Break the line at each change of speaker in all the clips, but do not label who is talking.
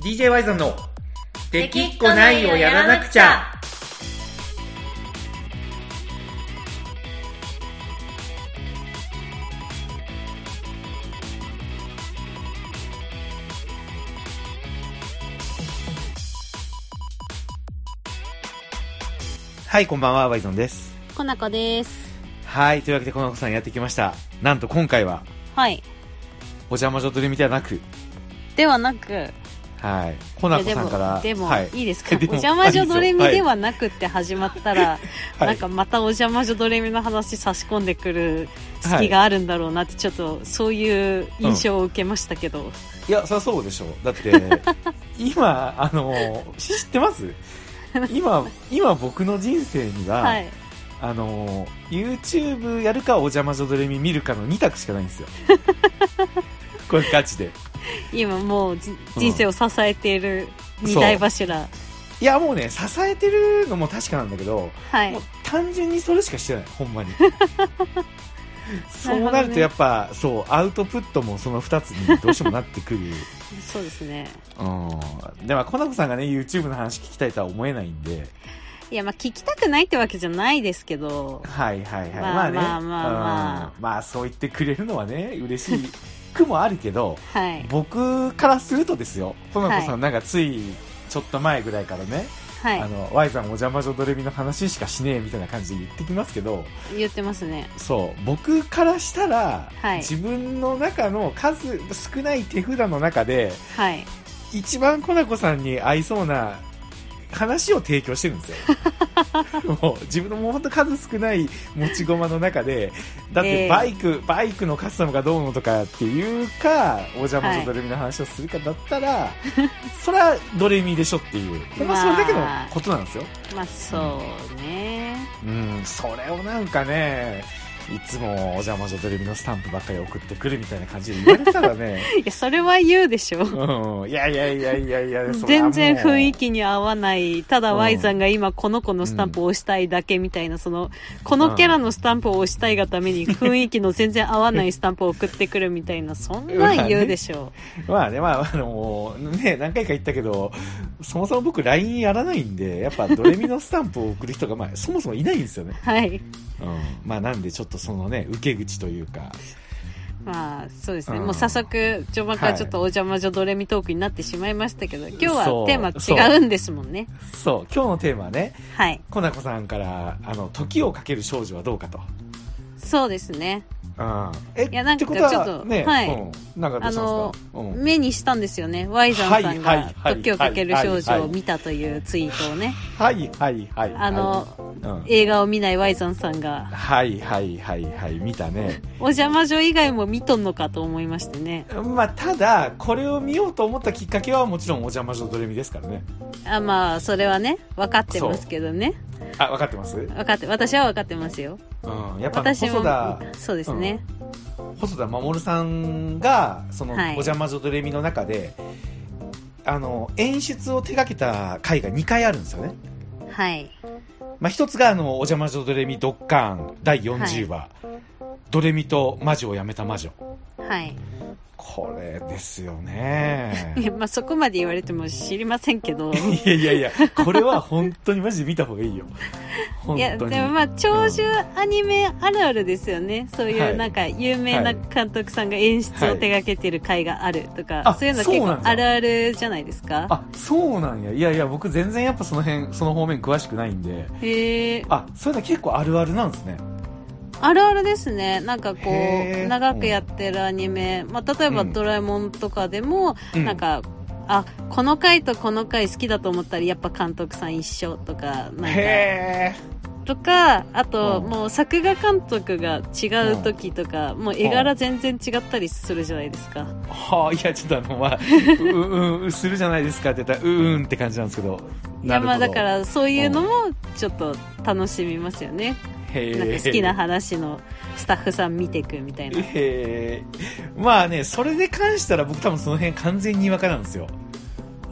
DJ ワイゾンの「できっこないをやらなくちゃ」はいこんばんはワイゾンです
こなこです
はいというわけでこの子さんやってきましたなんと今回は
はい
お邪魔女ドリミではなく
ではなく
はいコナコ
いや
さんから
でも,、
はい、
い、いですかお
でも
邪魔女ドレミ
はい
ではなくって始まったら、
はい
なんかまたお邪魔女ドレミの話差し込んでくる隙があるんだろうなってちょっとそういう印象を受けましたけど、
いや、そりゃそうでしょ。だ って、今、あの、知って ます今、今僕の人生には、
はい
あの、YouTube やるか、お邪魔女ドレミ見るかの2択しかないんです よ。これガチで。
今もうじ
うん
人生を支えている二大柱、
いや、もうね、支えてるのも確かなんだけど、
はい
もう単純にそれしかしてない、ほん まに。そう
なる
な
ほど
ると
ね
やっぱ、そう、アウトプットもその2つにどうしてもなってくる。
そうですね
うん。でも、コナコさんがね、YouTube の話聞きたいとは思えないんで、
いやまあ聞きたくないってわけじゃないですけど
はいはいはい。
まあ
まあね。
まあまあまあ
うんまあそう言ってくれるのはね、嬉しいくもあるけど、
はい
僕からするとですよ、ほなこさん、
は
なんかついちょっと前ぐらいからね、
はい
あの、Y さんお邪魔女ドレミの話しかしねえみたいな感じで言ってきますけど、
言ってますね
そう、僕からしたら、
はい
自分の中の数、少ない手札の中で、
はい
一番コナコさんに合いそうな話を提供してるんです よ。もう自分のもう本当数少ない持ち駒の中で、だっ
え
て
え
バイク、バイクのカスタムがどうのとかっていうか、お邪魔女ドレミの話をするかだったら、 それはドレミでしょっていう、ほんまそれだけのことなんですよ。
まあそうね、
うん、それをなんかね、いつもお邪魔女ドレミのスタンプばっかり送ってくるみたいな感じで言われたら ね、
いやそれは言うでしょ
うん、いやいやいやいやいや、それはも
全
う
然雰囲気に合わないただ
うん
Y さんが今この子のスタンプを押したいだけみたいなそのこのキャラのスタンプを押したいがために雰囲気の全然合わないスタンプを送ってくるみたいなそんなん言うでしょ
まあね、まあ、あの、ね、何回か言ったけど、そもそも僕 LINE やらないんで、やっぱドレミのスタンプを送る人が、まあ、そもそもいないんですよね。
はい
うん。まあ、なんでちょっとそのね、受け口というか、
まあそうですね、
うん
もう早速序盤からちょっとお邪魔女ドレミトークになってしまいましたけど今日はテーマ違うんですもんね
そう、今日のテーマはね、
はい
コナコさんから、あの、時をかける少女はどうかと。
そうですね
うん。え、
いやなんか
ってことは
ちょっと
ね、
はい
うん。なんかどうしたんですか、うん、
目にしたんですよね Y さんさん
はいは
が
いはい
時をかける少女を見たというツイートをね
はいはいはい。
あの
はい、うん。
映画を見ない Y さんさんが
はいはいはいはい、見たね。
お邪魔女以外も見とんのかと思いましてね。
まあ、ただ、これを見ようと思ったきっかけはもちろんお邪魔女ドレミですからね。
あ、まあ、それはね、分かってますけどね。
あ、分かってますう
分かって、私は分かってますよ。
ん。やっぱね
私も
細田、、
そうですね。
細田守さんが、その、
はい
お邪魔女ドレミの中で、あの、演出を手掛けた回が2回あるんですよね。
はい。
まあ、一つが、あの、お邪魔女ドレミドッカン第40話、ドレミと魔女をやめた魔女。
はい。
これですよね。
いやまあ、そこまで言われても知りませんけ ど。
いやいやいや、これは本当にマジで見た方がいいよ。本
い
当に。
や、でもまあ、長寿アニメあるあるですよね。そうい
は
う、
い
なんか、有名な監督さんが演出を手掛けてる回があるとか、
はいあ
そういうの
そ
結
うなん
構
だ
あるあるじゃないですか。
あそうなんやいやいや僕全然やっぱその辺その方面詳しくないんで
へえ。
あそういうの結構あるあるなんですね
あるあるですね。なんかこ
へー
う、長くやってるアニメ、まあ、例えば
うん
ドラえもんとかでも、
うん
なんか、あ、この回とこの回好きだと思ったら、やっぱ監督さん一緒とか、なんか、
へえ
とか、あと、
うん
もう作画監督が違う時とか、もう絵柄全然違ったりするじゃないですか。
はあいやちょっとあのまあうんうんするじゃないですかって言ったらうんうんって感じなんですけど
い
な
や、
る
ま
ほ
あ
ど
だから、そういうのも、ちょっと楽しみますよね。
へー
なんか好きな話のスタッフさん見てくみたいな。
へーまあねそれで関したら僕多分その辺完全ににわかなんですよ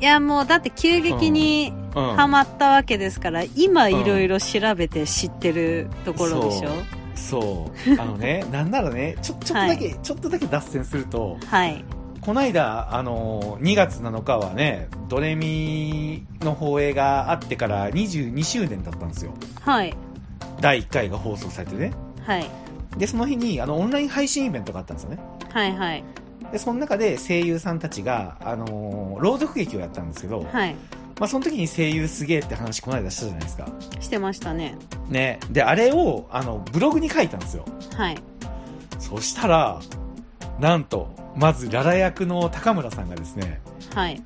いや、もう、だって急激に、
うん
ハマったわけですから今いろいろ調べて知ってるところでしょ、
そうそうあのねなんならねちょちょっとだけ、ちょっとだけ脱線すると
はい
こないだ、あのー、2月7日はね、ドレミの放映があってから22周年だったんですよ。
はい。
第1回が放送されてね。
はい。
で、その日に、あの、オンライン配信イベントがあったんですよね。
はいはい。
で、その中で声優さんたちが、あのー朗読劇をやったんですけど、
はい。
まあ、その時に声優すげえって話こないだしたじゃないですか。
してましたね。
ね。で、あれを、あの、ブログに書いたんですよ。
はい。
そしたら、なんと、まず、ララ役の高村さんがですね、
はい。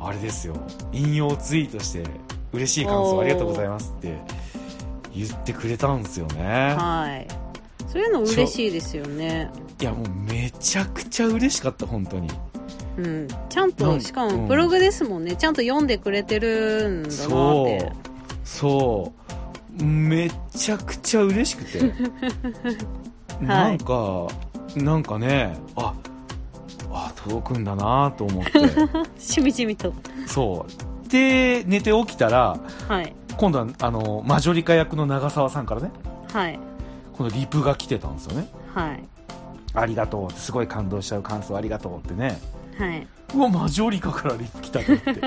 あれですよ、引用ツイートして、嬉しい感想ありがとうございますって言ってくれたんですよね。
はい。そういうの嬉しいですよね。
いや、もうめちゃくちゃ嬉しかった、本当に。
うん。ちゃん
な
と、
ん
しか
うん
もブログですもんね。ちゃんと読んでくれてるんだなって。
そう。そう。めちゃくちゃ嬉しくて。なんか、なんかね、あ、あ、届くんだなと思って。
しみじみと。
そう。で、寝て起きたら、
はい。
今度は、あの、マジョリカ役の長澤さんからね、
はい。
このリプが来てたんですよね。
はい。
ありがとうって、すごい感動しちゃう感想ありがとうってね。
はい。
うわ、マジョリカからリプ来たと思って。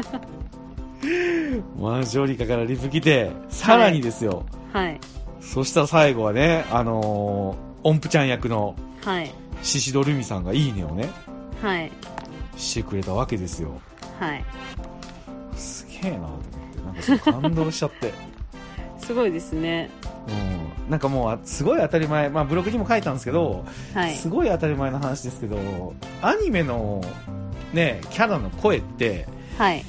マジョリカからリプ来て、さらにですよ、
はい。
そしたら最後はね、あのー、音符ちゃん役の
はい。
シシドルミさんがいいねをね、
はい。
してくれたわけですよ。
はい。
すげえなと思って、なんかちょっと感動しちゃ って。
すごいですね。
うん、なんかもうあすごい当たり前、まあ、ブログにも書いたんですけど、
はい。
すごい当たり前の話ですけどアニメの、ね、キャラの声って
はい。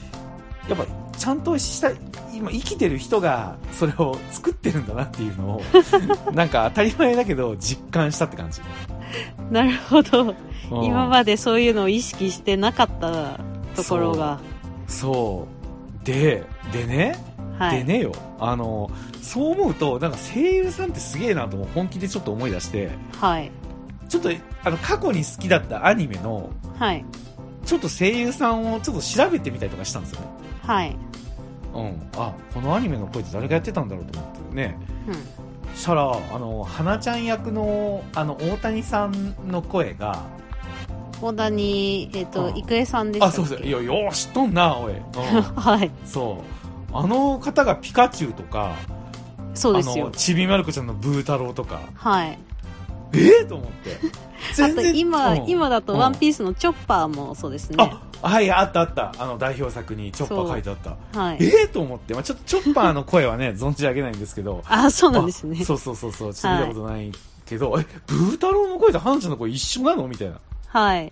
やっぱちゃんとした今生きてる人がそれを作ってるんだなっていう のをなんか当たり前だけど実感したって感じ、
なるほど。
うん
今までそういうのを意識してなかったところが。
そうででね、
は
で
い。
ねよあのそう思うとなんか声優さんってすげえなと本気でちょっと思い出して
はい。
ちょっとあの過去に好きだったアニメの
はい。
ちょっと声優さんをちょっと調べてみたりとかしたんですよね。
はい。
うん。あ、このアニメの声って誰がやってたんだろうと思ってね。
うん。
そしたら、あの、花ちゃん役の、あの、大谷さんの声が、
大谷、えっ、と
う、ん
郁恵さんでした
あ、
っけ
そうそう、いや、よう知っとんな、 おい。うん
はい。
そう。あの方がピカチュウとか、
そう
あ
ですよ
の、。ちびまる子ちゃんのブー太郎とか、
はい。
ええと思 って。
あと今、
うん
今だと
うん
ワンピースのチョッパーもそうですね。
あ、はい、あったあった。あの、代表作にチョッパー書いてあった。
はい。
ええと思って、まあちょっとチョッパーの声はね、存じ上げないんですけど、
あ、そうなんですね
あ。そうそうそうそう、ちょっと見たことないけど、え、ブー太郎の声とハンちゃんの声一緒なのみたいな。
はい。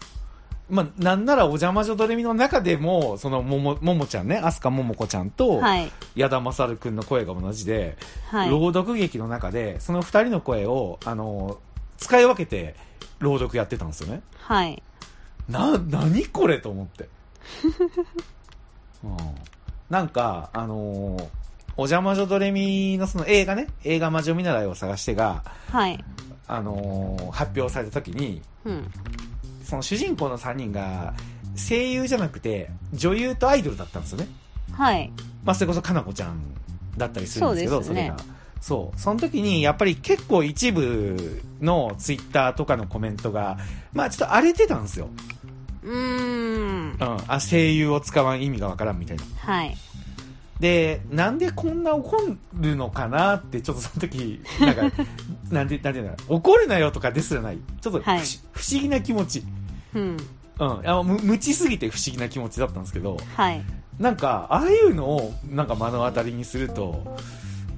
まあ、なんならお邪魔女ドレミの中でも、その、もも、ももちゃんね、アスカももこちゃんと、
はい。
矢田勝くんの声が同じで、
はい。
朗読劇の中で、その二人の声を、あの、使い分けて、朗読やってたんですよね。
はい。
な、なにこれと思って。うん、なんか、あのーお邪魔女ドレミのその映画ね、映画魔女見習いを探してが、
はい。
あのー発表された時に
うん。
その主人公の3人が声優じゃなくて女優とアイドルだったんですよね、
はい。
まあ、それこそかなこちゃんだったりするんですけど
そうですね
れがそうその時にやっぱり結構一部のツイッターとかのコメントがまあちょっと荒れてたんですよ、
うー
う。
ん
ん、あ声優を使わん意味がわからんみたいな
はい。
でなんでこんな怒るのかなってちょっとその時なんかなんてなんていうんだろう怒るなよとかですらないちょっと不,、
はい
不思議な気持ち
うん。
うん、あむ無知すぎて不思議な気持ちだったんですけど
はい。
なんかああいうのをなんか目の当たりにすると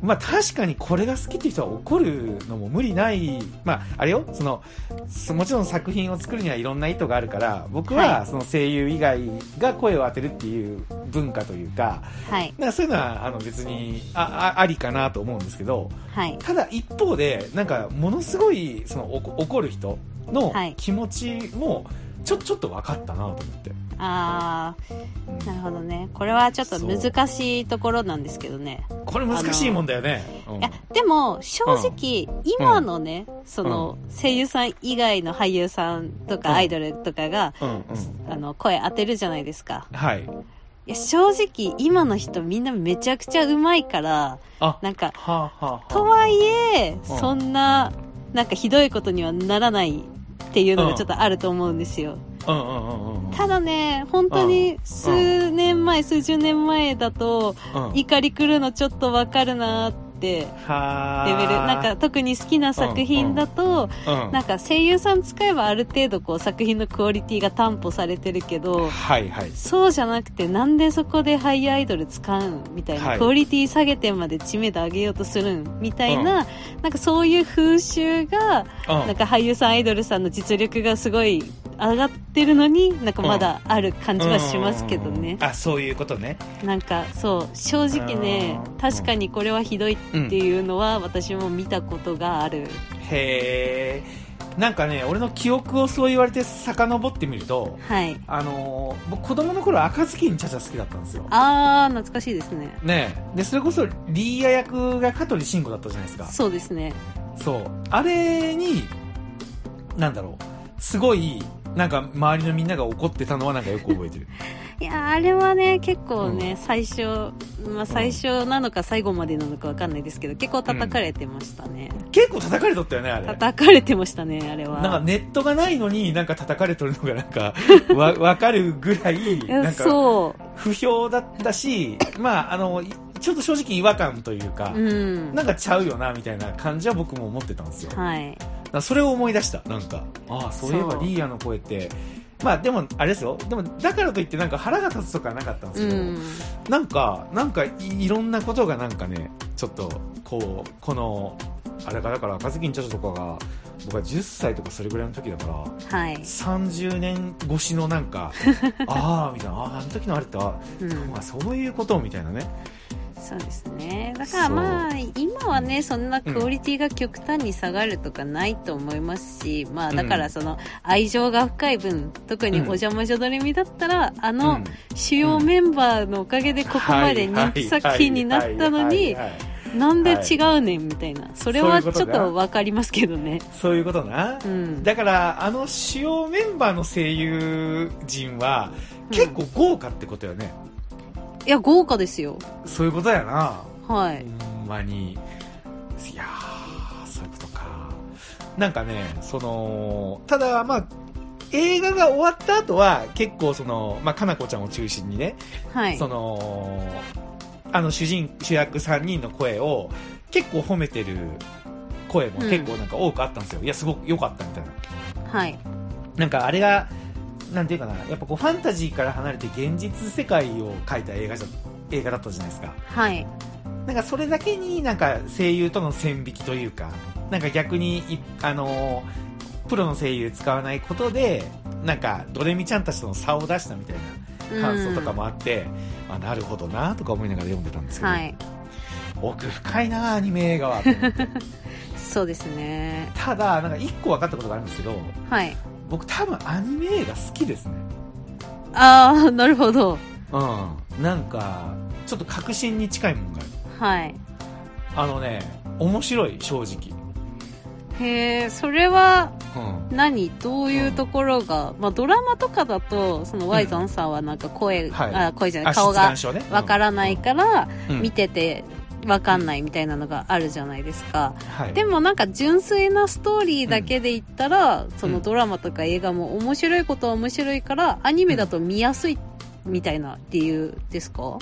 まあ確かにこれが好きっていう人は怒るのも無理ないまああれよそのそもちろん作品を作るにはいろんな意図があるから僕
は
はいその声優以外が声を当てるっていう文化というか
はい。
なんかそういうのはあの別にああありかなと思うんですけど
はい。
ただ一方でなんかものすごいそのおこ怒る人の
はい
気持ちもちょちょっと分かったなと思って、
あ
うん
ー、なるほどね。これはちょっと難しいところなんですけどね。
これ難しいもんだよね、うん
いやでも正直、今のね、その声優さん以外の俳優さんと
うん
かアイドルとかが、
うんうん
あの声当てるじゃないですか
はい
いや正直今の人みんなめちゃくちゃうまいから
あは
なんか
あ、はあはあ、
とはいえ
うん
そんななんかひどいことにはならないっっていうのがちょっとあると思うんですよ。
うんうんうんうんうん
ただね、本当に数年前、数十年前だと、
うん
怒り狂うのちょっとわかるなって。
は
レベルなんか特に好きな作品だと、
か
なんか声優さん使えばある程度こう作品のクオリティが担保されてるけど
はいはい
そうじゃなくてなんでそこでハイアイドル使うんみたいな、
はい
クオリティ下げてまで知名度上げようとするんみたいな,、なんかそういう風習が
うん
なんか俳優さんアイドルさんの実力がすごい上がってるのになんかまだある感じはしますけどね、
あそういうことね
なんかそう正直ね
うん
確かにこれはひどいっていうのは私も見たことがある、
へえなんかね俺の記憶をそう言われて遡ってみると
はい
あのー僕子供の頃赤ずきんちゃちゃ好きだったんですよ
あー懐かしいですね
ねえでそれこそリーヤ役が香取慎吾だったじゃないですか
そうですね
そうあれになんだろうすごいなんか周りのみんなが怒ってたのはなんかよく覚え てる
いやーあれはね結構ね、最初、まあ、最初なのか最後までなのかわかんないですけど結構叩かれてましたね、
結構叩かれとったよねあれ
叩かれてましたねあれは
なんかネットがないのになんか叩かれとるのがなん かわわかるぐらい
いや
なんか
そ
不評だったし、まあ、あのいちょっと正直違和感というか、
ううん
なんかちゃうよなみたいな感じは僕も思ってたんですよ、だか
はい
らそれを思い出したなんかああそういえば
そう
リーヤの声ってまあでもあれですよでもだからといってなんか腹が立つとかなかったんです
う
けど、
ん
なんかなんかいいろんなことがなんかねちょっとこうこのあれがだから赤ずきんちゃちゃとかが僕は10歳とかそれぐらいの時だから
はい、
30年越しのなん かああみたいなあーあの時のあれってあ、
うん、
まあ、そういうことみたいなね
そうですねだから
そう
まあ今はねそんなクオリティが極端に下がるとかないと思いますし、まあだからその愛情が深い分特に
うん
お邪魔女ドレミだったら、あ
う
の
ん
主要メンバーのおかげでここまで人気作品になったの
はいはい
に
はいはいはい
なんで違うねんみたいなそれはちょっとわかりますけどね
そういうことな、
うん
だからあの主要メンバーの声優陣は結構豪華ってことよね、
いや豪華ですよ
そういうことやな
は
ほ
い
んまにいやーそういうことかなんかねそのただまあ映画が終わった後は結構その、まあ、かなこちゃんを中心にね、
はい
そのあの主人主役3人の声を結構褒めてる声も結構なんか多くあったんですよ、いやすごく良かったみたいな
はい
なんかあれがなんていうかなやっぱこうファンタジーから離れて現実世界を描いた映画じゃ映画だったじゃないですか
はい
なんかそれだけになんか声優との線引きというか、なんか逆にい、あのープロの声優使わないことで、なんかドレミちゃんたちとの差を出したみたいな感想とかもあって、あなるほどなとか思いながら読んでたんです
う
けど、
んはい
奥深いなアニメ映画はと思って
そうですね
ただ、なんか一個分かったことがあるんですけど、
はい
僕多分アニメ映画好きですね。
ああなるほど
うん。なんか、ちょっと確信に近いもんがある。
はい
あのね、面白い、正直。
へえそれは
うん。
何どういうところが、まあ、ドラマとかだとそのワイザンさんはなんか声、
はい
あ声じゃな
あ
い顔
質
が
感症ね
わからないから
うん
見ててわかんないみたいなのがあるじゃないですか、
はい、
でもなんか純粋なストーリーだけで言ったら、そのドラマとか映画も面白いことは面白いからアニメだと見やすいみたいな理由ですか、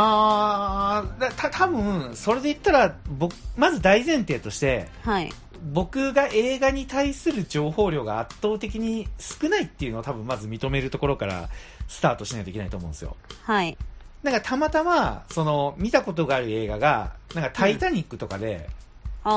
あーだた多分それで言ったら僕まず大前提として
はい
僕が映画に対する情報量が圧倒的に少ないっていうのを多分まず認めるところからスタートしないといけないと思うんですよ
はい
なんかたまたまその見たことがある映画が「なんかタイタニック」とかで、
あ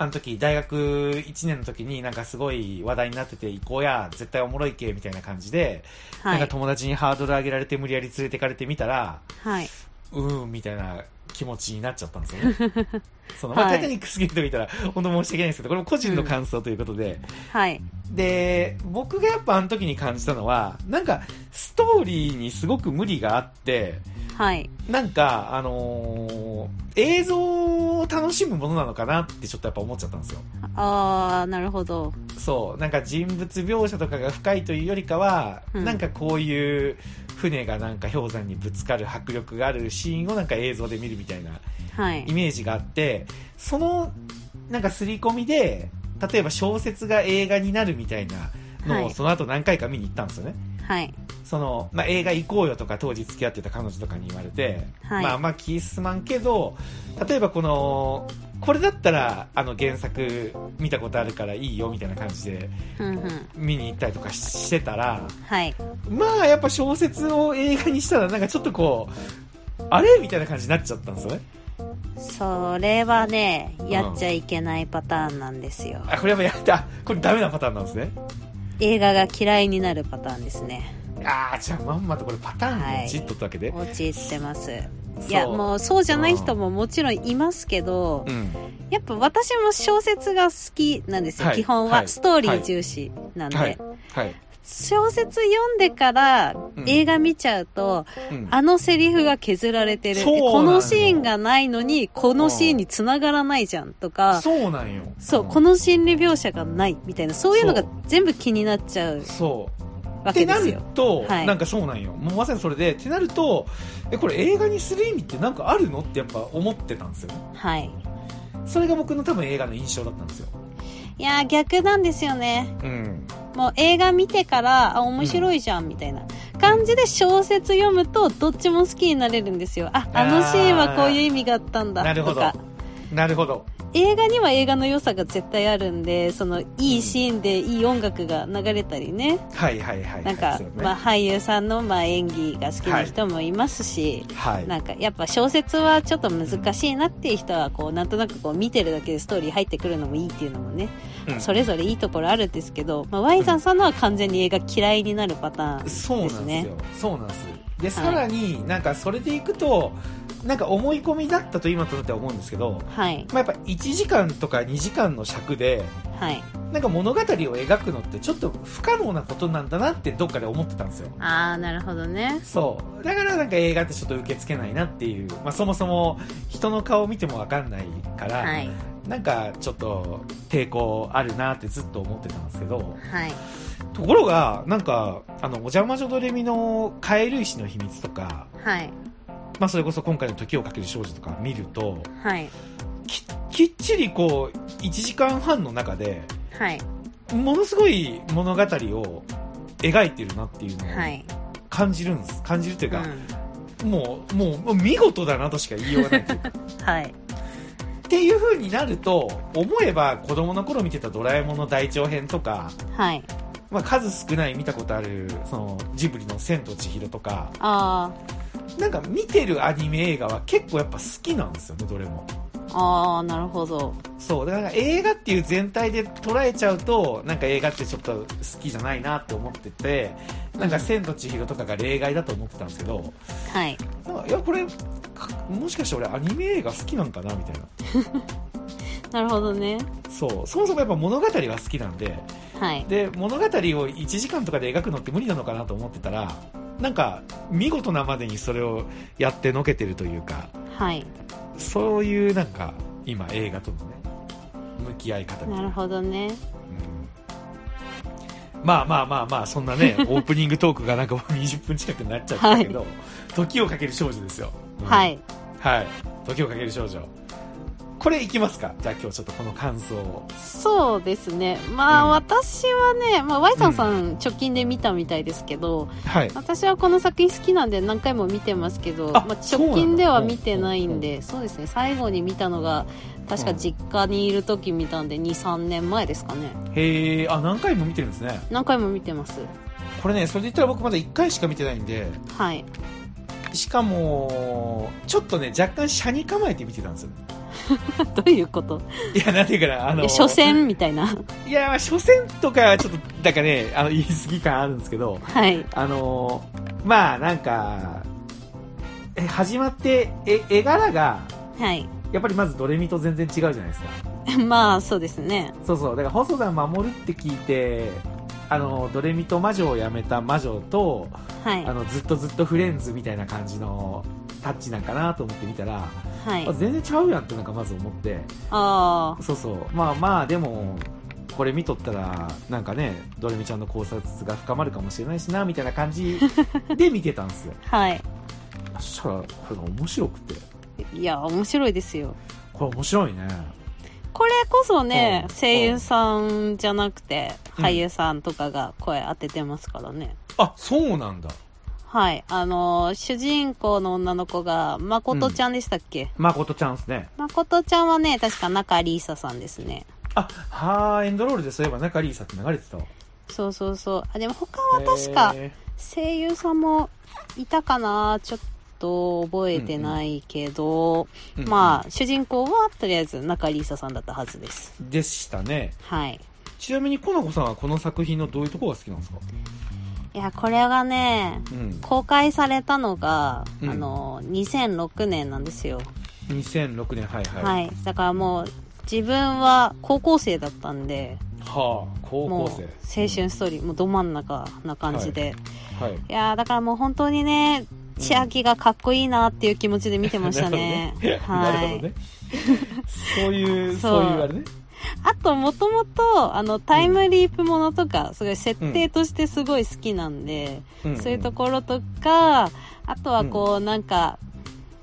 あの時大学1年の時になんかすごい話題になってて行こうや絶対おもろいけみたいな感じで、
あ
な
は
ん
い
か友達にハードル上げられて無理やり連れてかれてみたら
はい、
うーんみたいな気持ちになっちゃったんですよね。 そのまあ、
はい
タイタニック好きな人がいたら本当申し訳ないんですけどこれも個人の感想ということで、
はい、
で僕がやっぱあの時に感じたのはなんかストーリーにすごく無理があって
はい
なんか、あのー映像を楽しむものなのかなってちょっとやっぱ思っちゃったんですよ
ああなるほど
そうなんか人物描写とかが深いというよりかは、
うん
なんかこういう船がなんか氷山にぶつかる迫力があるシーンをなんか映像で見るみたいな
はい
イメージがあってそのなんか刷り込みで例えば小説が映画になるみたいなの
は
を
い
その後何回か見に行ったんですよね、
はい。
そのまあ、映画行こうよとか当時付き合ってた彼女とかに言われて、
はい
まああんま気すまんけど例えばこのこれだったらあの原作見たことあるからいいよみたいな感じで
うんうん。
見に行ったりとかしてたら
はい。
まあやっぱ小説を映画にしたらなんかちょっとこうあれみたいな感じになっちゃったんですよね
それはね、
ん
やっちゃいけないパターンなんですよ。
あこれやっぱやったこれダメなパターンなんですね
映画が嫌いになるパターンですね。
ああじゃあまんまとこれパターンをじっとったわけで、
陥ってます。
そう
いや、もうそうじゃない人ももちろんいますけど、
うん
やっぱ私も小説が好きなんですよ、
はい
基本
は
は。
い
ストーリー重視なんで。
はいはい、
小説読んでから
ん
映画見ちゃうと、
うん、
あのセリフが削られてる。
そうなのよ
このシーンがないのに、このシーンに繋がらないじゃんとか、
そうなんよ
そう、この心理描写がないみたいな、そういうのが
そう
全部気になっちゃう
そう
わ
って
けで
な
す
る
よ。
と、
はい
なんかそうなんよもうまさにそれでってなるとえこれ映画にする意味ってなんかあるのってやっぱ思ってたんですよね
はい。
それが僕の多分映画の印象だったんですよ、
いやー、逆なんですよね。
うん、
もう映画見てから、あ、面白いじゃん、みたいな感じで小説読むと、どっちも好きになれるんですよ。あ、あのシーンはこういう意味があったんだ、
なるほ
と
ど
か。
なるほど
映画には映画の良さが絶対あるんで、その、いいシーンでいい音楽が流れたりね。
はいはいはいはい
なんか
そう、ね
まあ、俳優さんの、まあ、演技が好きな人もいますし、
はい
なんかやっぱ小説はちょっと難しいなっていう人はこうなんとなくこう見てるだけでストーリー入ってくるのもいいっていうのもね、
うん
それぞれいいところあるんですけど、まあ、ワイザンさんのは完全に映画嫌いになるパターンです
そうなん
ね
ですよ。そうなんです。で、さ
はい
らに、なんかそれでいくと、なんか思い込みだったと今となっては思うんですけど、
はい
まあ、やっぱ1時間とか2時間の尺で、
はい
なんか物語を描くのってちょっと不可能なことなんだなってどっかで思ってたんですよ。
ああなるほどね
そう。だからなんか映画ってちょっと受け付けないなっていう、まあそもそも人の顔を見てもわかんないから、
はい
なんかちょっと抵抗あるなってずっと思ってたんですけど、
はい
ところが、なんか、あの、お邪魔女ドレミのカエル石の秘密とか、
はい
まあ、それこそ今回の「時をかける少女」とか見ると
はい
ききっちりこう1時間半の中で
はい
ものすごい物語を描いてるなっていうのを
はい
感じるんです感じるという
う
か、
ん
もうもうもう見事だなとしか言いようがないというか
はい
っていう風になると思えば子供の頃見てた「ドラえもん」の大長編とか、
はい
まあ、数少ない見たことあるそのジブリの「千と千尋」とか
あ
なんか見てるアニメ映画は結構やっぱ好きなんですよねどれも。
ーあーなるほど
そう、だから映画っていう全体で捉えちゃうと、なんか映画ってちょっと好きじゃないなって思ってて、なんか千と千尋とかが例外だと思ってたんですけど、
はい
なんかいや、これ、かもしかして俺アニメ映画好きなんかなみたいな。
なるほどね
そう、そもそもやっぱ物語は好きなんで、
はい
で、物語を1時間とかで描くのって無理なのかなと思ってたら、なんか見事なまでにそれをやってのけてるというか、
はい
そういうなんか今映画とのね、向き合い方みたい
なるほどね
うんまあまあまあまあ、そんな ね、オープニングトークがなんかもう20分近くになっちゃったけど、時をかける少女ですよ。うん
はい
はい。時をかける少女。これいきますかじゃあ今日ちょっとこの感想を。
そうですね。まあ、
うん
私はね、まあ、Y さんさん、直近で見たみたいですけど、
はい。
私はこの作品好きなんで何回も見てますけど、
あ
まあ、
そうなんだ
直近では見てないんで、そうですね、最後に見たのが、確か実家にいる時見たんで、2、3年前ですかね。
へえ、あ、何回も見てるんですね。
何回も見てます。
これね、それで言ったら僕まだ1回しか見てないんで、
はい。
しかも、ちょっとね、若干車に構えて見てたんですよ。
どういうこと
いや、なんていうかな、あ
い
の、
や、所詮みたいな。
いや、まあ所詮とかはちょっと、だからね、あの、言い過ぎ感あるんですけど、
はい。
あのーまあなんか、え始まってえ絵柄が、
はい。
やっぱりまずドレミと全然違うじゃないですか。
まあ、そうですね。
そうそう、だから細田守るって聞いて、あの、ドレミと魔女を辞めた魔女と、
はい
あ。の、ずっとずっとフレンズみたいな感じのタッチなんかなと思ってみたら、
はい
あ。全然ちゃうやんってなんかまず思って、
あ
そうそう、まあまあでも、これ見とったら、なんかね、ドレミちゃんの考察が深まるかもしれないしな、みたいな感 じで見てたんですよ。
あ。はい。
そしたらこれが面白くて
いや、面白いですよ。
これ面白いね
これこそね、
うん
声優さんじゃなくて、
うん
俳優さんとかが声当ててますからね。
あ、そうなんだ。
はい。あの、主人公の女の子が、まことちゃんでしたっけ、
誠ちゃんですね。
まことちゃんはね、確か中里依紗さんですね。
あ、はー、エンドロールでそういえば中里依紗って流れてたわ。
そうそうそう。あ、でも他は確か
へ
声優さんもいたかなちょっと覚えてないけど、
ー。
まあ、主人公はとりあえず中里依紗さんだったはずです。
あ。でしたね。
はい。
ちなみに、この子さんはこの作品のどういうとこが好きなんですか
いや、これがね、
うん。
公開されたのが、
うん
あの、2006年なんですよ。
2006年、はいはい。
はい。だからもう、自分は高校生だったんで、
はあ、高
もう
校
青
生。
春ストーリー、もうど真ん中な感じで。
はい。。
い、やーだからもう本当にね、千秋がかっこいいなっていう気持ちで見てましたね
なるほどね。なるほ
は
ど
い。
ね。そういう、
そ
そうういうあれね。
あと、もともと、あの、タイムリープものとか、すごい設定としてすごい好きなんで、
ん
そういうところとか、あとはこう、なんか、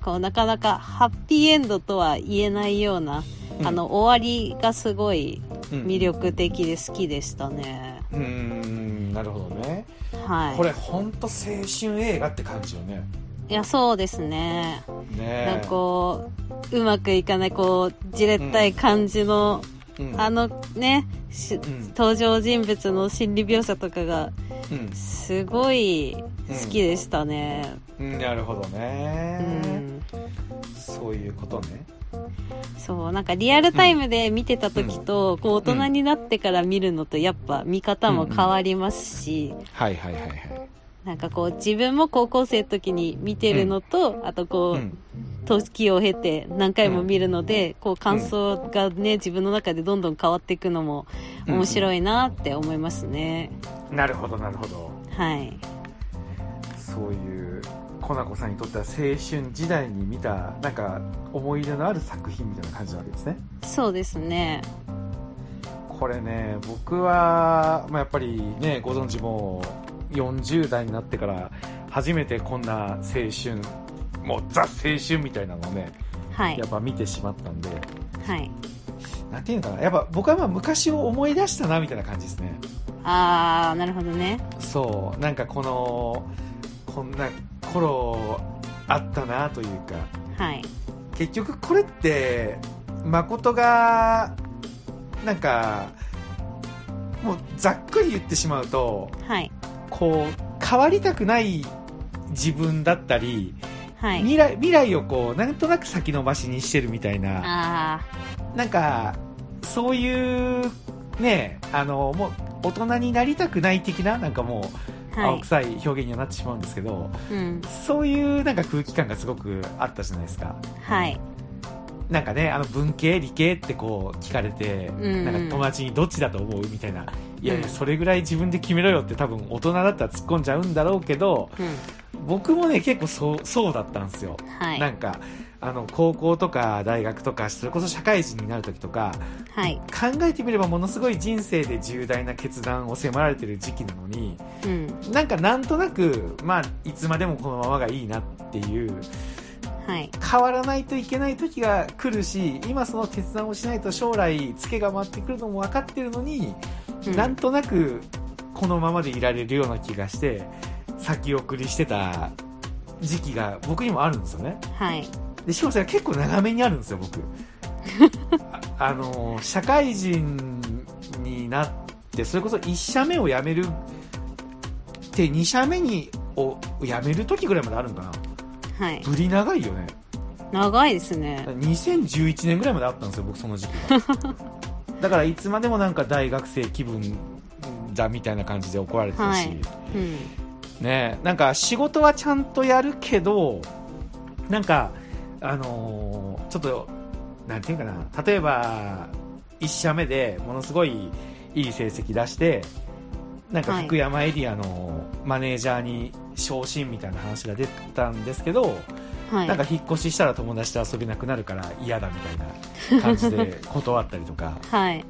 こう、なかなかハッピーエンドとは言えないような、
うん
あの、終わりがすごい
うん
魅力的で好きでしたね。
うーん、なるほどね。
はい。
これ、ほんと青春映画って感じよね。
いや、そうですね。なん
ね
かこう、うまくいかない、こう、じれったい感じの、
うん
あのね、し
ん
登場人物の心理描写とかが、
うん
すごい好きでしたね。
うん、なるほど
う
ね、
ん。
そういうことね。
そう、なんかリアルタイムで見てた時と、こう大人になってから見るのとやっぱ見方も変わりますし、
はいはいはいはい。
なんかこう自分も高校生の時に見てるのと、あとこ
う
う、
ん、
時を経て何回も見るので、こう感想がね、自分の中でどんどん変わっていくのも面白いなって思いますね。
なるほどなるほど。
はい。
そういう、コナコさんにとっては青春時代に見た、なんか思い出のある作品みたいな感じなわけですね。
そうですね。
これね、僕は、まあ、やっぱりね、ご存知もう40代になってから初めてこんな青春、もうザ青春みたいなのをね、
はい
や。っぱ見てしまったんで、
はい。
なんていうのかな、やっぱ僕はまあ昔を思い出したなみたいな感じですね。
あー、なるほどね。
そうなんかこのこんな頃あったなというか
はい。
結局これって誠がなんかもうざっくり言ってしまうと
はい。
こう変わりたくない自分だったり、
はい。
未来未来をこうなんとなく先延ばしにしてるみたいな
あ
なんか、そういう、ね、あの、もう、大人になりたくない的な、なんかも
ー、
う、
は
青
い。
臭い表現にはなってしまうんですけど、
うん。
そういうなんか空気感がすごくあったじゃないですか。
はい。
なんかね、あの、文系、理系ってこう、聞かれて、
ん
なんか友達にどっちだと思うみたいな。いやいうや、
ん
それぐらい自分で決めろよって多分大人だったら突っ込んじゃうんだろうけど、
うん。
僕もね、結構そう、そうだったんですよ。
はい。
なんか、あの、高校とか大学とか、それこそ社会人になる時とか、
はい。
考えてみればものすごい人生で重大な決断を迫られてる時期なのに
うん。
なんかなんとなく、まあ、いつまでもこのままがいいなっていう
はい。
変わらないといけない時が来るし今その決断をしないと将来ツケが回ってくるのも分かってるのに、
うん
なんとなくこのままでいられるような気がして先送りしてた時期が僕にもあるんですよね。
はい。
でしかもそれ結構長めにあるんですよ僕 ああの社会人になってそれこそ1社目を辞めるって2社目にを辞める時ぐらいまであるんかな
はい。
ぶり長いよね
長いですね。
2011年ぐらいまであったんですよ僕その時期 がだからいつまでもなんか大学生気分だみたいな感じで怒られてたし、
はいうん。
ねえなんか仕事はちゃんとやるけどなんかあのーちょっとなんていうかな例えば1社目でものすごいいい成績出してなんか
はい
福山エリアのマネージャーに昇進みたいな話が出たんですけど、
はい。
なんか引っ越ししたら友達と遊べなくなるから嫌だみたいな感じで 断ったりとか
はい。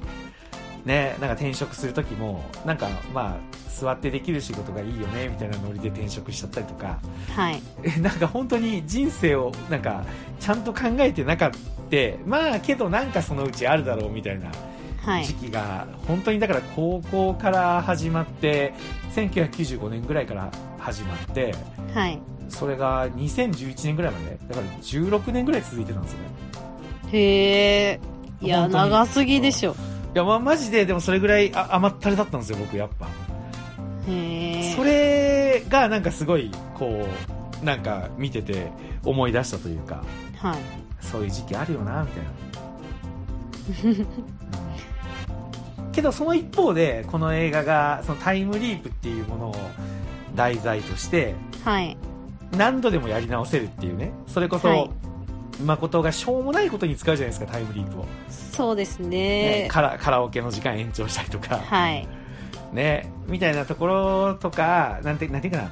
ね、なんか転職する時もなんかまあ座ってできる仕事がいいよねみたいなノリで転職しちゃったりとか
はい。
えなんか本当に人生をなんかちゃんと考えてなかったまあけどなんかそのうちあるだろうみたいな
はい
時。期が本当にだから高校から始まって1995年ぐらいから始まって
はい。
それが2011年ぐらいまでだから16年ぐらい続いてたんですよね
へえ。いや、
本当に
長すぎでしょ。
いやまあマジででもそれぐらいあ甘ったれだったんですよ僕やっぱ
へえ。
それがなんかすごいこうなんか見てて思い出したというか
はい。
そういう時期あるよなみたいなけどその一方でこの映画がそのタイムリープっていうものを題材として
はい。
何度でもやり直せるっていうねそれこそ、
はい
誠がしょうもないことに使うじゃないですかタイムリープを、
そうです
ね
ね。
カラカラオケの時間延長したりとか、
はい。
ねみたいなところとかなんてなんていうかな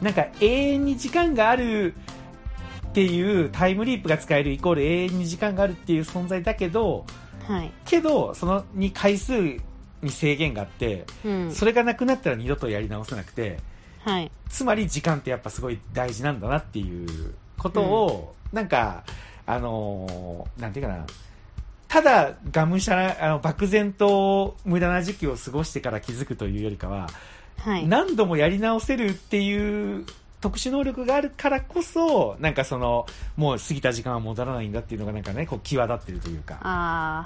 なんか永遠に時間があるっていうタイムリープが使えるイコール永遠に時間があるっていう存在だけど
はい。
けどそのに回数に制限があって
うん。
それがなくなったら二度とやり直せなくて
はい。
つまり時間ってやっぱすごい大事なんだなっていうことを、なんかあのーなんていうかなただがむしゃらあの漠然と無駄な時期を過ごしてから気づくというよりかは
はい。
何度もやり直せるっていう特殊能力があるからこそなんかそのもう過ぎた時間は戻らないんだっていうのがなんかねこう際立ってるというか
あ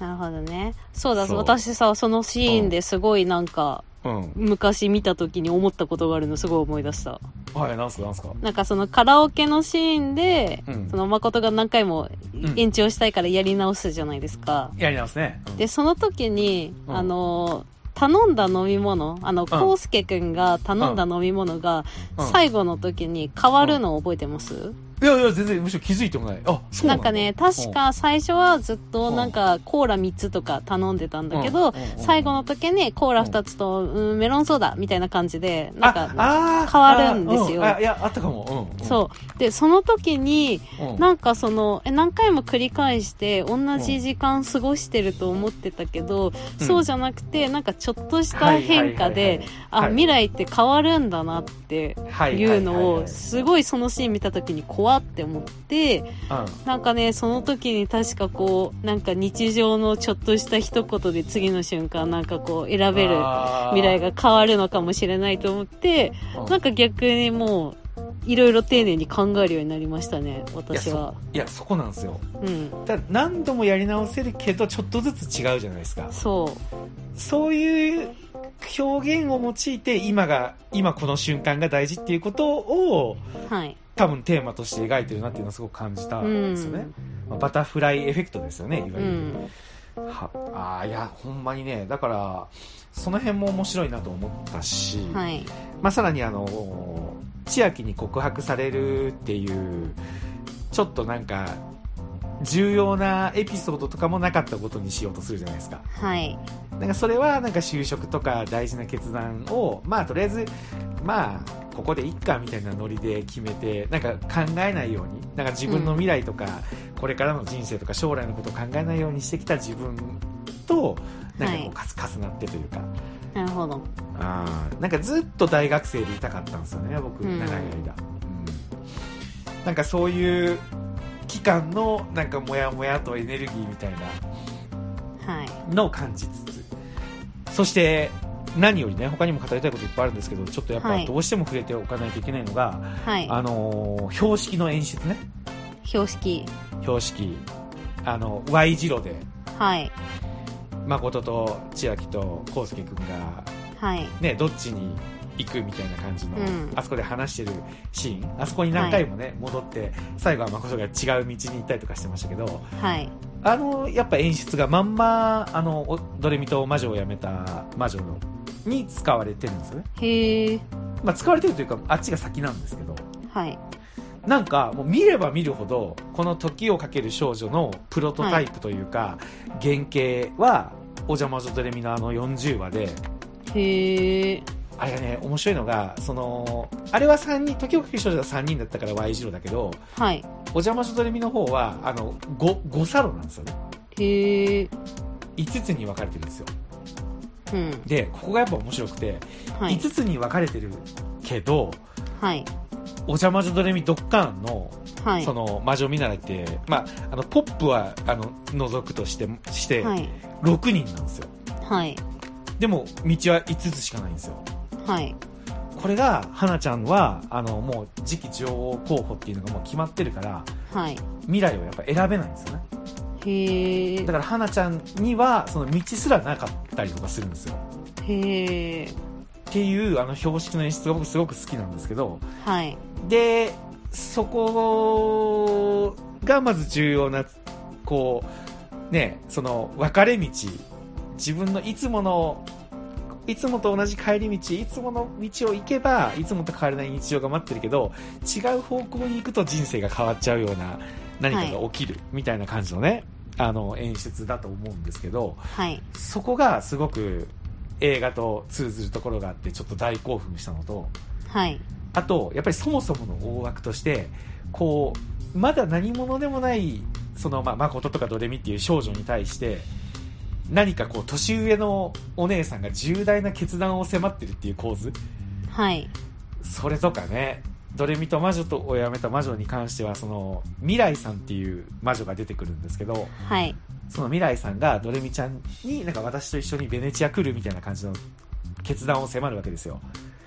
あ、なるほどね。そうだ、
そう
私さ、そのシーンですごいなんか、
うん
昔見た時に思ったことがあるのすごい思い出した。
はいなんすかなんすか
なんかそのカラオケのシーンで、
うん
その誠が何回も
ん
延長したいからやり直すじゃないですか。
やり直すね、うん
で、その時に、
うん
あの、頼んだ飲み物、あの、コウスケくんが頼んだ飲み物が、
うん
最後の時に変わるのを覚えてます、
いやいや全然むしろ気づいてもないあそう
な
なんんだ
かね、確か最初はずっとなんかコーラ3つとか頼んでたんだけ
う
ど
んうんうん、
最後の時にコーラ2つと、うん、メロンソーダみたいな感じで、なんか、
ああー
変わるんですよ
あ,、うんあいやあったかも、うん
そう。で、その時に、
うん、うん
なんかその、え、何回も繰り返して、同じ時間過ごしてると思ってたけど、
うん
そうじゃなくて、なんかちょっとした変化で、あ、
はい
未来って変わるんだなって
はい
いうのを、
す
すごいそのシーン見た時に怖って思って、なんかね、その時に確かこう、なんか日常のちょっとした一言で次の瞬間なんかこう選べる未来が変わるのかもしれないと思って、なんか逆にもう、いろいろ丁寧に考えるようになりましたね、私は。
いやそこなんですよ
うん。
ただ何度もやり直せるけどちょっとずつ違うじゃないですか
そ
そういう表現を用いて今が今この瞬間が大事っていうことを
う。はい。
多分テーマとして描いてるなっていうのをすごく感じたんですよね、まあバタフライエフェクトですよねいわゆ
う
る、
ん。
はああいやほんまにねだからその辺も面白いなと思ったし、
はい。
まあ、さらにあの千秋に告白されるっていうちょっとなんか重要なエピソードとかもなかったことにしようとするじゃないですか
はい。
なんかそれはなんか就職とか大事な決断をまあとりあえずまあここでいっかみたいなノリで決めてなんか考えないようになんか自分の未来とか、これからの人生とか将来のことを考えないようにしてきた自分となんか
は
こ
いう
カスカスなってというか、
なるほど。
あーなんかずっと大学生でいたかったんですよね僕
うん
長い間、うんなんかそういう期間のなんかモヤモヤとエネルギーみたいな
はい。
のを感じつつそして何よりね他にも語りたいこといっぱいあるんですけどちょっとやっぱ
はい
どうしても触れておかないといけないのが、
はい。
あのー標識の演出ね
標識。
標識あの Y 字路で
はい。
誠と千秋と康介君が
はい。
ね、どっちに行くみたいな感じの、
うん
あそこで話してるシーンあそこに何回もね、戻って最後は誠が違う道に行ったりとかしてましたけど
はい。
あのやっぱ演出がまんまあのおドレミと魔女をやめた魔女のに使われてるんですよね、
へえ。
まあ、使われてるというかあっちが先なんですけど
はい。
なんかもう見れば見るほどこの「時をかける少女」のプロトタイプというか、原型は「お邪魔女ドレミ」のあの40話で
へえ。
あれがね、面白いのが、その、あれは三人、時をかける少女は3人だったから Y 字路だけど、
はい。
お邪魔女ドレミの方は、あの、5、五サロなんですよね。
へえ。
5つに分かれてるんですよ。
うん。
でここがやっぱ面白くて、
はい。
5つに分かれてるけど
はい。
お邪魔女ドレミドッカンの
はい。
その魔女見習いって、まあ、あのポップはあの除くとしてして
はい。
6人なんですよ、
はい。
でも道は5つしかないんですよ
はい。
これが花ちゃんはあのもう次期女王候補っていうのがもう決まってるから
はい。
未来をやっぱ選べないんですよね
へえ
だ。から花ちゃんにはその道すらなかったりとかするんですよ
へえ。
っていうあの標識の演出が僕すごく好きなんですけど
はい。
でそこがまず重要なこうねその分かれ道自分のいつものいつもと同じ帰り道いつもの道を行けばいつもと変わらない日常が待ってるけど違う方向に行くと人生が変わっちゃうような何かが起きるみたいな感じのね、あの演出だと思うんですけど
はい。
そこがすごく映画と通ずるところがあってちょっと大興奮したのと、
はい。
あと、やっぱりそもそもの大枠として、こう、まだ何者でもない、その、まあ、誠とかドレミっていう少女に対して、何かこう、年上のお姉さんが重大な決断を迫ってるっていう構図。
はい。
それとかね、ドレミと魔女とをやめた魔女に関しては、その、未来さんっていう魔女が出てくるんですけど、
はい。
その未来さんがドレミちゃんに、なんか私と一緒にベネチア来るみたいな感じの決断を迫るわけですよ。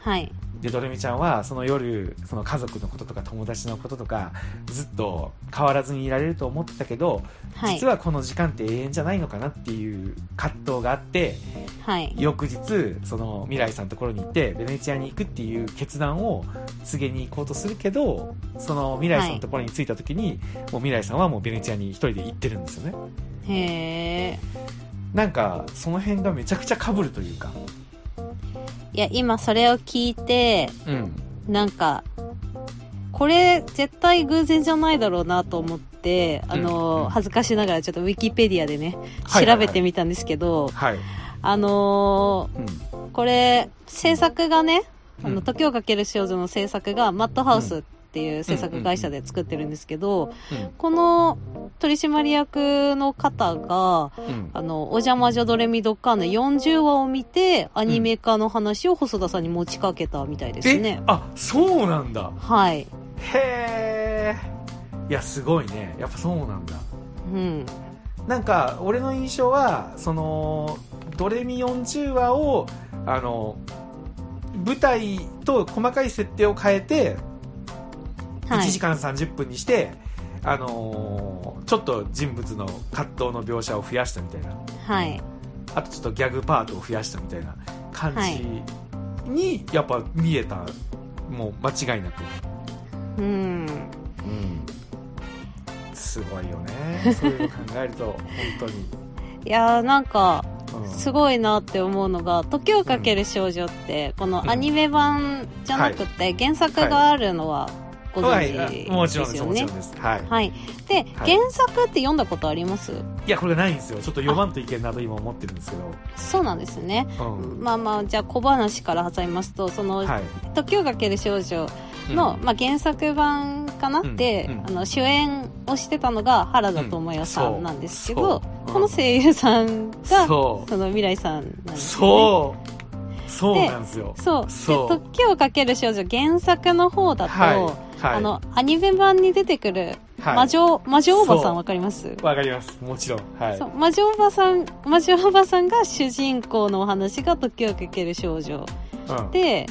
はい。
でドレミちゃんはその夜その家族のこととか友達のこととかずっと変わらずにいられると思ってたけど、
はい
実。はこの時間って永遠じゃないのかなっていう葛藤があって
はい。
翌日その未来さんのところに行ってベネチアに行くっていう決断を告げに行こうとするけどその未来さんのところに着いた時に、もう未来さんはもうベネチアに一人で行ってるんですよね
へえ。
なんかその辺がめちゃくちゃ被るというか
いや、今それを聞いて、
うん
なんか、これ絶対偶然じゃないだろうなと思って、あ
うん
の、
うん
恥ずかしながらちょっとウィキペディアでね、
はいはい
調
はい
べてみたんですけど、
はい、
あの
うん
ーこれ、制作がね、あ
う
の、
ん
時をかける少女の制作がマットハウスっていう制作会社で作ってるんですけど、この取締役の方が、
うんうん
あの、お邪魔女ドレミドッカーンの40話を見て、アニメ化の話を細田さんに持ちかけたみたいです
え
ね。
あそうなんだ
はい。
へえいやすごいねやっぱそうなんだ
うん。
なんか俺の印象はそのドレミ40話をあの舞台と細かい設定を変えて1
はい
時。間30分にして、あのーちょっと人物の葛藤の描写を増やしたみたいな
はい。
あとちょっとギャグパートを増やしたみたいな感じにやっぱ見えた、もう間違いなく、
うん。
すごいよねそういうの考えると本当に。
いやーなんか、
うん
すごいなって思うのが、時をかける少女って、このアニメ版じゃなくて、原作があるのはご
はい
存知
もちろんですす、
でよ
もちろ
ね
ん。です。はい。
はい。で、
はい
原作って読んだことあります
いや、これがないんですよ。ちょっと読まんといけんなと今思ってるんですけど。
そうなんですね。
うん。
まあまあ、じゃあ小話から挟みますと、その、
はい。
時をかける少女の、まあ、原作版かなって、
うんうん
あの主演をしてたのが原田
うん、
智代さんなんですけど、
そう
この声優さんがそ
そう
の未来さんなんです、ね、
そう。そうなんですよ。
そう
そう
で時をかける少女原作の方だと、
はい。はい。
あのアニメ版に出てくる
はい
魔女,、魔女おばさ
そ
ん
う
わかります
わかります。もちろん。はい。
そう魔女おばさん魔女おばさんが主人公のお話が時をかける少女
うん、
で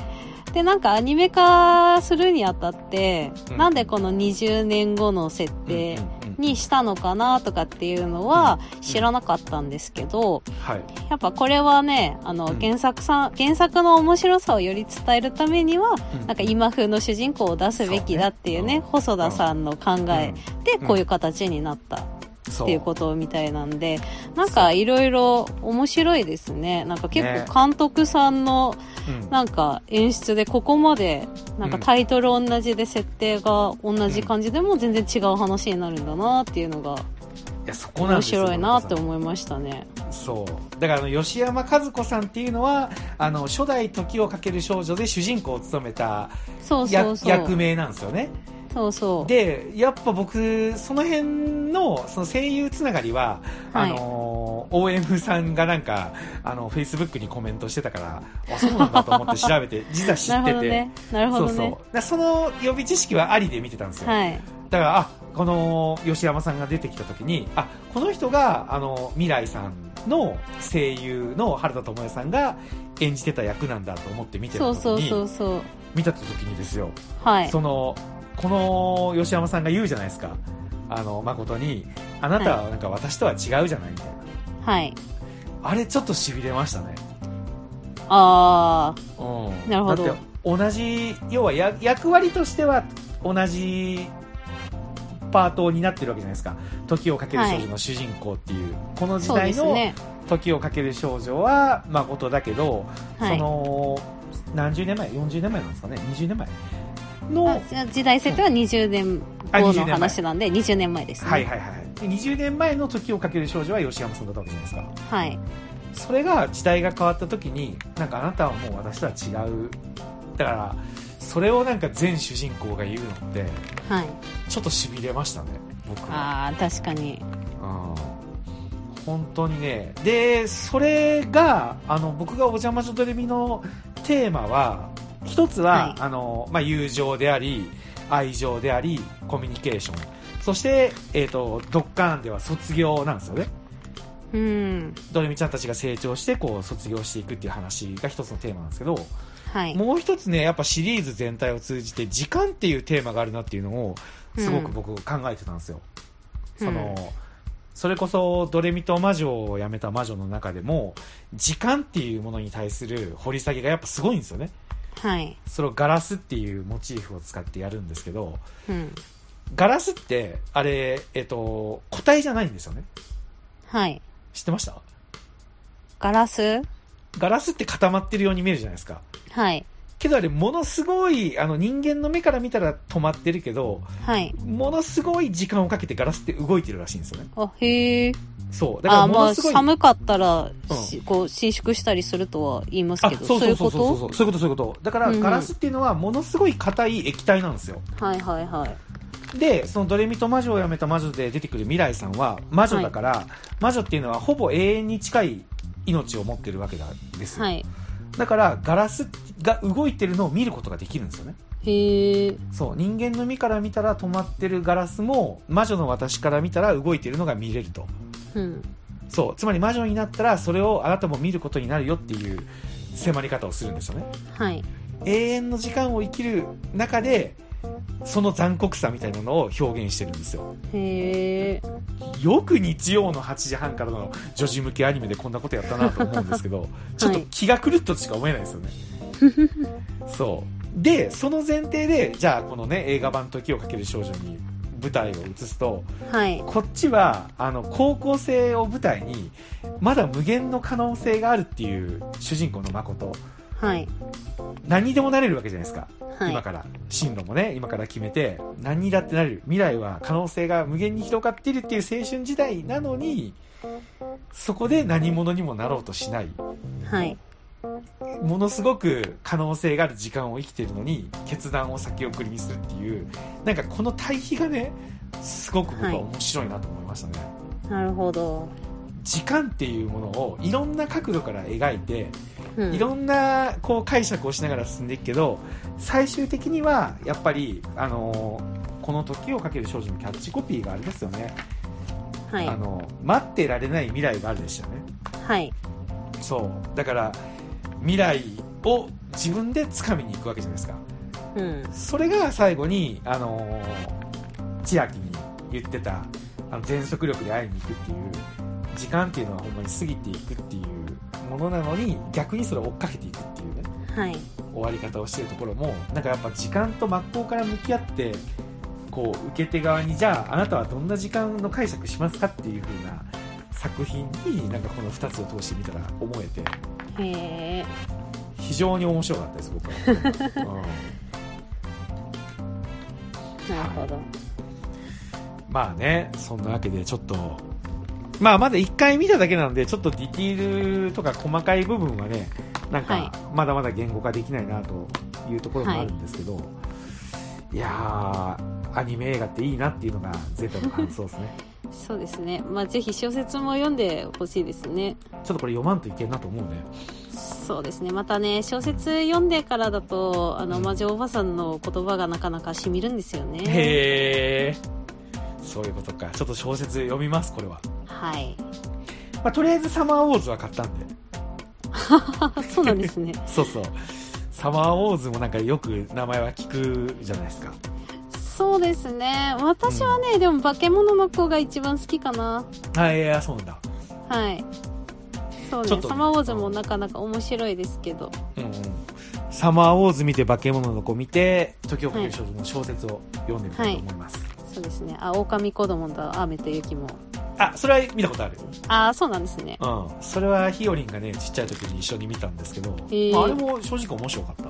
でなんかアニメ化するにあたって、
うん
なんでこの20年後の設定
うんうん
にしたのかなとかっていうのは知らなかったんですけど、
うんはい。
やっぱこれはねあの
うん
原作さん原作の面白さをより伝えるためには
うん
なんか今風の主人公を出すべきだってい
そ
うね
うねうん
細田さんの考えで
うん
こういう形になった
そ
っていうことみたいなんでなんかいろいろ面白いですねなんか結構監督さんの
うん
なんか演出でここまでなんかタイトル同じで設定が同じ感じでも全然違う話になるんだなっていうのが
いや、そこなん
面
ですよ
白いなって思いましたね。
そうだからあの吉山和子さんっていうのはあの初代「時をかける少女」で主人公を務めた
そう
や
そうそ
役
う。
名なんですよね
そうそう。
でやっぱ僕その辺のその声優つながりは、
はい
あのの OM さんがなんかあの Facebook にコメントしてたからあそうなんだと思って調べて実は知
な
っ
る
て
ほど
て、
ねなるほ
そ
ど
うそうだ
ね
からその予備知識はありで見てたんですよ、
はい
だからあこの吉山さんが出てきた時にあこの人があの未来さんの声優の原田知世さんが演じてた役なんだと思って見てた
そう
時
そう
に
そうそう
見た時にですよ
はい
そのこの吉山さんが言うじゃないですかあの誠にあなたはなんか私とは違うじゃないみたいな、
はい
あれちょっとしびれましたね、
あ
うん、
なるほど
だって同じ要はや役割としては同じパートになってるわけじゃないですか「時をかける少女」の主人公っていう、この
あ
時
そうで
代
す
の
ね
「時をかける少女」は誠だけど、
は
そ
い
の何十年前40年前なんですかね20年前
あ
の
じゃあ時代設定は20年
あ
後
20
の
年前
話なんで20年前ですね
はいはいはい。で20年前の時をかける少女は吉山さんだったわけじゃないですか。
はい
それが時代が変わった時に、なんかあなたはもう私とは違う。だから、それをなんか全主人公が言うのって、
はい
ちょっと痺れましたね、僕は。
ああ確かに
うん本当にね。で、それが、あの、僕がお邪魔女ドレミのテーマは、一つは、
はい
あの、まあ、友情であり、愛情であり、コミュニケーション。そして、えっ、と、ドッカーンでは卒業なんですよね。
うん
ドレミちゃんたちが成長してこう卒業していくっていう話が一つのテーマなんですけど、
はい
もう一つねやっぱシリーズ全体を通じて時間っていうテーマがあるなっていうのをすごく僕考えてたんですよ、
うん
そのそれこそドレミと魔女をやめた魔女の中でも時間っていうものに対する掘り下げがやっぱすごいんですよね
はい
それをガラスっていうモチーフを使ってやるんですけど
うん
ガラスってあれえっと個体じゃないんですよね
はい
知ってました
ガラス
ガラスって固まってるように見えるじゃないですか
はい
けどあれものすごいあの人間の目から見たら止まってるけど
はい
ものすごい時間をかけてガラスって動いてるらしいんですよね
あへえ
そうだから
あー
も
まあ
のすごい
寒かったら、しこう伸縮したりするとは言いますけど
あそうそうそうそう
そう
そ
いう
うそういうことそういうことだから
うんうん
ガラスっていうのはものすごい硬い液体なんですよ
ことはいはいはい
でそのドレミと魔女をやめた魔女で出てくる未来さんは魔女だから、魔女っていうのはほぼ永遠に近い命を持ってるわけなんですよ、
はい
だからガラスが動いてるのを見ることができるんですよね
へえ
そう人間の目から見たら止まってるガラスも魔女の私から見たら動いてるのが見れると
うん
そうつまり魔女になったらそれをあなたも見ることになるよっていう迫り方をするんですよね
はい
永遠の時間を生きる中でその残酷さみたいなのを表現してるんですよ
へえ
よく日曜の8時半からの女児向けアニメでこんなことやったなと思うんですけど、ちょっと気が狂ったとしか思えないですよね。そう。で、その前提で、じゃあこのね、映画版時をかける少女に舞台を移すと、
はい
こっちは、あの、高校生を舞台に、まだ無限の可能性があるっていう主人公の誠、
はい
何にでもなれるわけじゃないですか。
はい
今から進路もね今から決めて何にだってなれる未来は可能性が無限に広がっているっていう青春時代なのにそこで何者にもなろうとしない
はい
ものすごく可能性がある時間を生きているのに決断を先送りにするっていうなんかこの対比がねすごく僕は面白いなと思いましたね、
なるほど、
時間っていうものをいろんな角度から描いて
うん、
いろんなこう解釈をしながら進んでいくけど最終的にはやっぱり、あのーこの「時をかける少女」のキャッチコピーがあれですよね、
はい
あの待ってられない未来があるでしたよね
はい
そうだから未来を自分で掴みに行くわけじゃないですか
うん
それが最後に、あのー千秋に言ってたあの全速力で会いに行くっていう時間っていうのはほんまに過ぎていくっていうものなのに逆にそれを追っかけていくっていうね
はい
終わり方をしてるところもなんかやっぱ時間と真っ向から向き合ってこう受け手側にじゃああなたはどんな時間の解釈しますかっていう風な作品になんかこの2つを通してみたら思えて
へえ
非常に面白かったです僕は、
なるほど
うんまあねそんなわけでちょっとまあまだ1回見ただけなのでちょっとディティールとか細かい部分はねなん
はい
かまだまだ言語化できないなというところもあるんですけど、 い、やーアニメ映画っていいなっていうのがゼタの感想ですね
そうですね。まあ、ぜひ小説も読んでほしいですね。
ちょっとこれ読まんといけんなと思うね。
そうですね。またね、小説読んでからだと、あの、魔女おばさんの言葉がなかなか染みるんですよね。
へえ。そういうことか。ちょっと小説読みます、これは。
はい。
まあ、とりあえずサマーウォーズは買ったんで。
あ、そうな んですね。
そうそう。サマーウォーズもなんかよく名前は聞くじゃないですか。
そうですね。私はね、でも化け物の子が一番好きかな。
はい、いや、そうなんだ。
はい。そう
ちょっ
ね。
と
サマーウォーズもなかなか面白いですけど。
うんうん。サマーウォーズ見て、化け物の子見て、時をかける少女の小説を読んでみたいと思います。
そうですね。あ、狼子供と雨と雪も。
あ、それは見たことある。
あ、そうなんですね。
うん。それはヒオリンがね、ちっちゃい時に一緒に見たんですけど、
ー
まあ、あれも正直面白かった。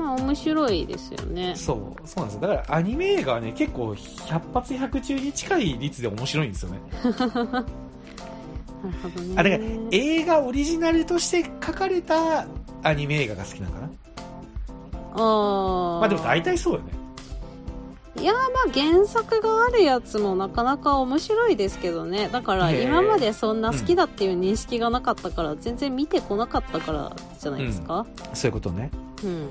まあ、面白いですよね。
そう、そうなんですよ。だからアニメ映画はね、結構100発100中に近い率で面白いんですよね。
なるほどね。
あ、だから映画オリジナルとして書かれたアニメ映画が好きなのかな。
あ
まあでも大
い
体そうよね。
いやーまあ原作があるやつもなかなか面白いですけどねだから
へー
今までそんな好きだっていう認識がなかったから、全然見てこなかったからじゃないですか
そういうことね。
うん、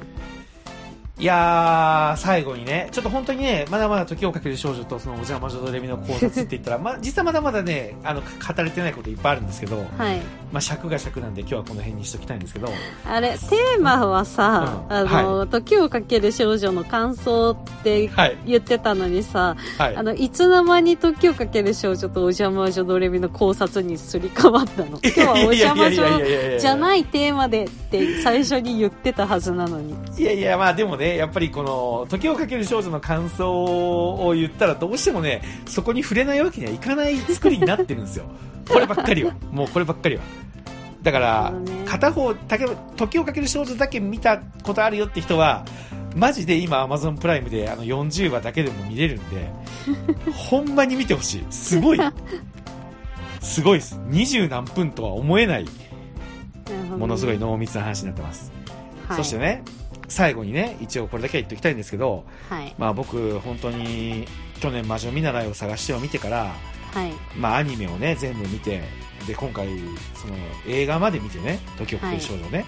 いやー、最後にね、ちょっと本当にね、まだまだ時をかける少女とそのお邪魔女とレミの考察って言った ら、まあ、実はまだまだね、あの、語れてないこといっぱいあるんですけど、
はい
まあ、尺が尺なんで今日はこの辺にしときたいんですけど、
あれテーマはさ、
うん
あの、時をかける少女の感想って
はい、
言ってたのにさ、
はい
あ。のいつの間に時をかける少女とお邪魔女ドレミの考察にすり替わったの今日はお邪魔女じゃ
い
ないテーマでって最初に言ってたはずなのに
いやいや、まあでもね、やっぱりこの、時をかける少女の感想を言ったら、どうしてもね、そこに触れないわけにはいかない作りになってるんですよ。こればっかりは。もうこればっかりは。だから、
なるほどね
片方、たけ時をかける少女だけ見たことあるよって人は、マジで今 Amazon プライムであの40話だけでも見れるんで、ほんまに見てほしい。すごい。すごいです。二十何分とは思えない、ものすごい濃密な話になってます。そして
ね、
ね、最後にね、一応これだけは言っておきたいんですけど、
はい
まあ僕、本当に、去年魔女見習いを探してを見てから、
はい
まあアニメをね、全部見て、で、今回、その映画まで見てね、時をかける少女ね、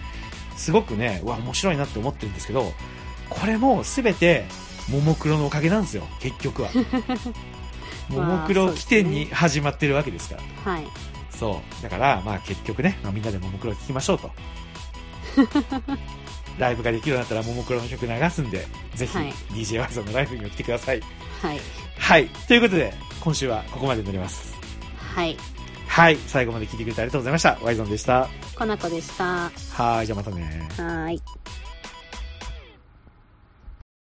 すごくね、うわ、面白いなって思ってるんですけど、これもすべて、ももクロのおかげなんですよ、結局 は。ももクロ起点に始まってるわけですから。
はい
そう。だから、まあ結局ね、まあみんなでももクロ聴きましょう と。ライブができるようになったらももクロの曲流すんで、ぜひ
はい
DJ ワイさんのライブにも来てください。
はい
はい。ということで、今週はここまでになります。
はい
はい。最後まで聞いてくれてありがとうございました。ワイゾンでした。
コナコでしたは
はい。じゃあまたね。
ーい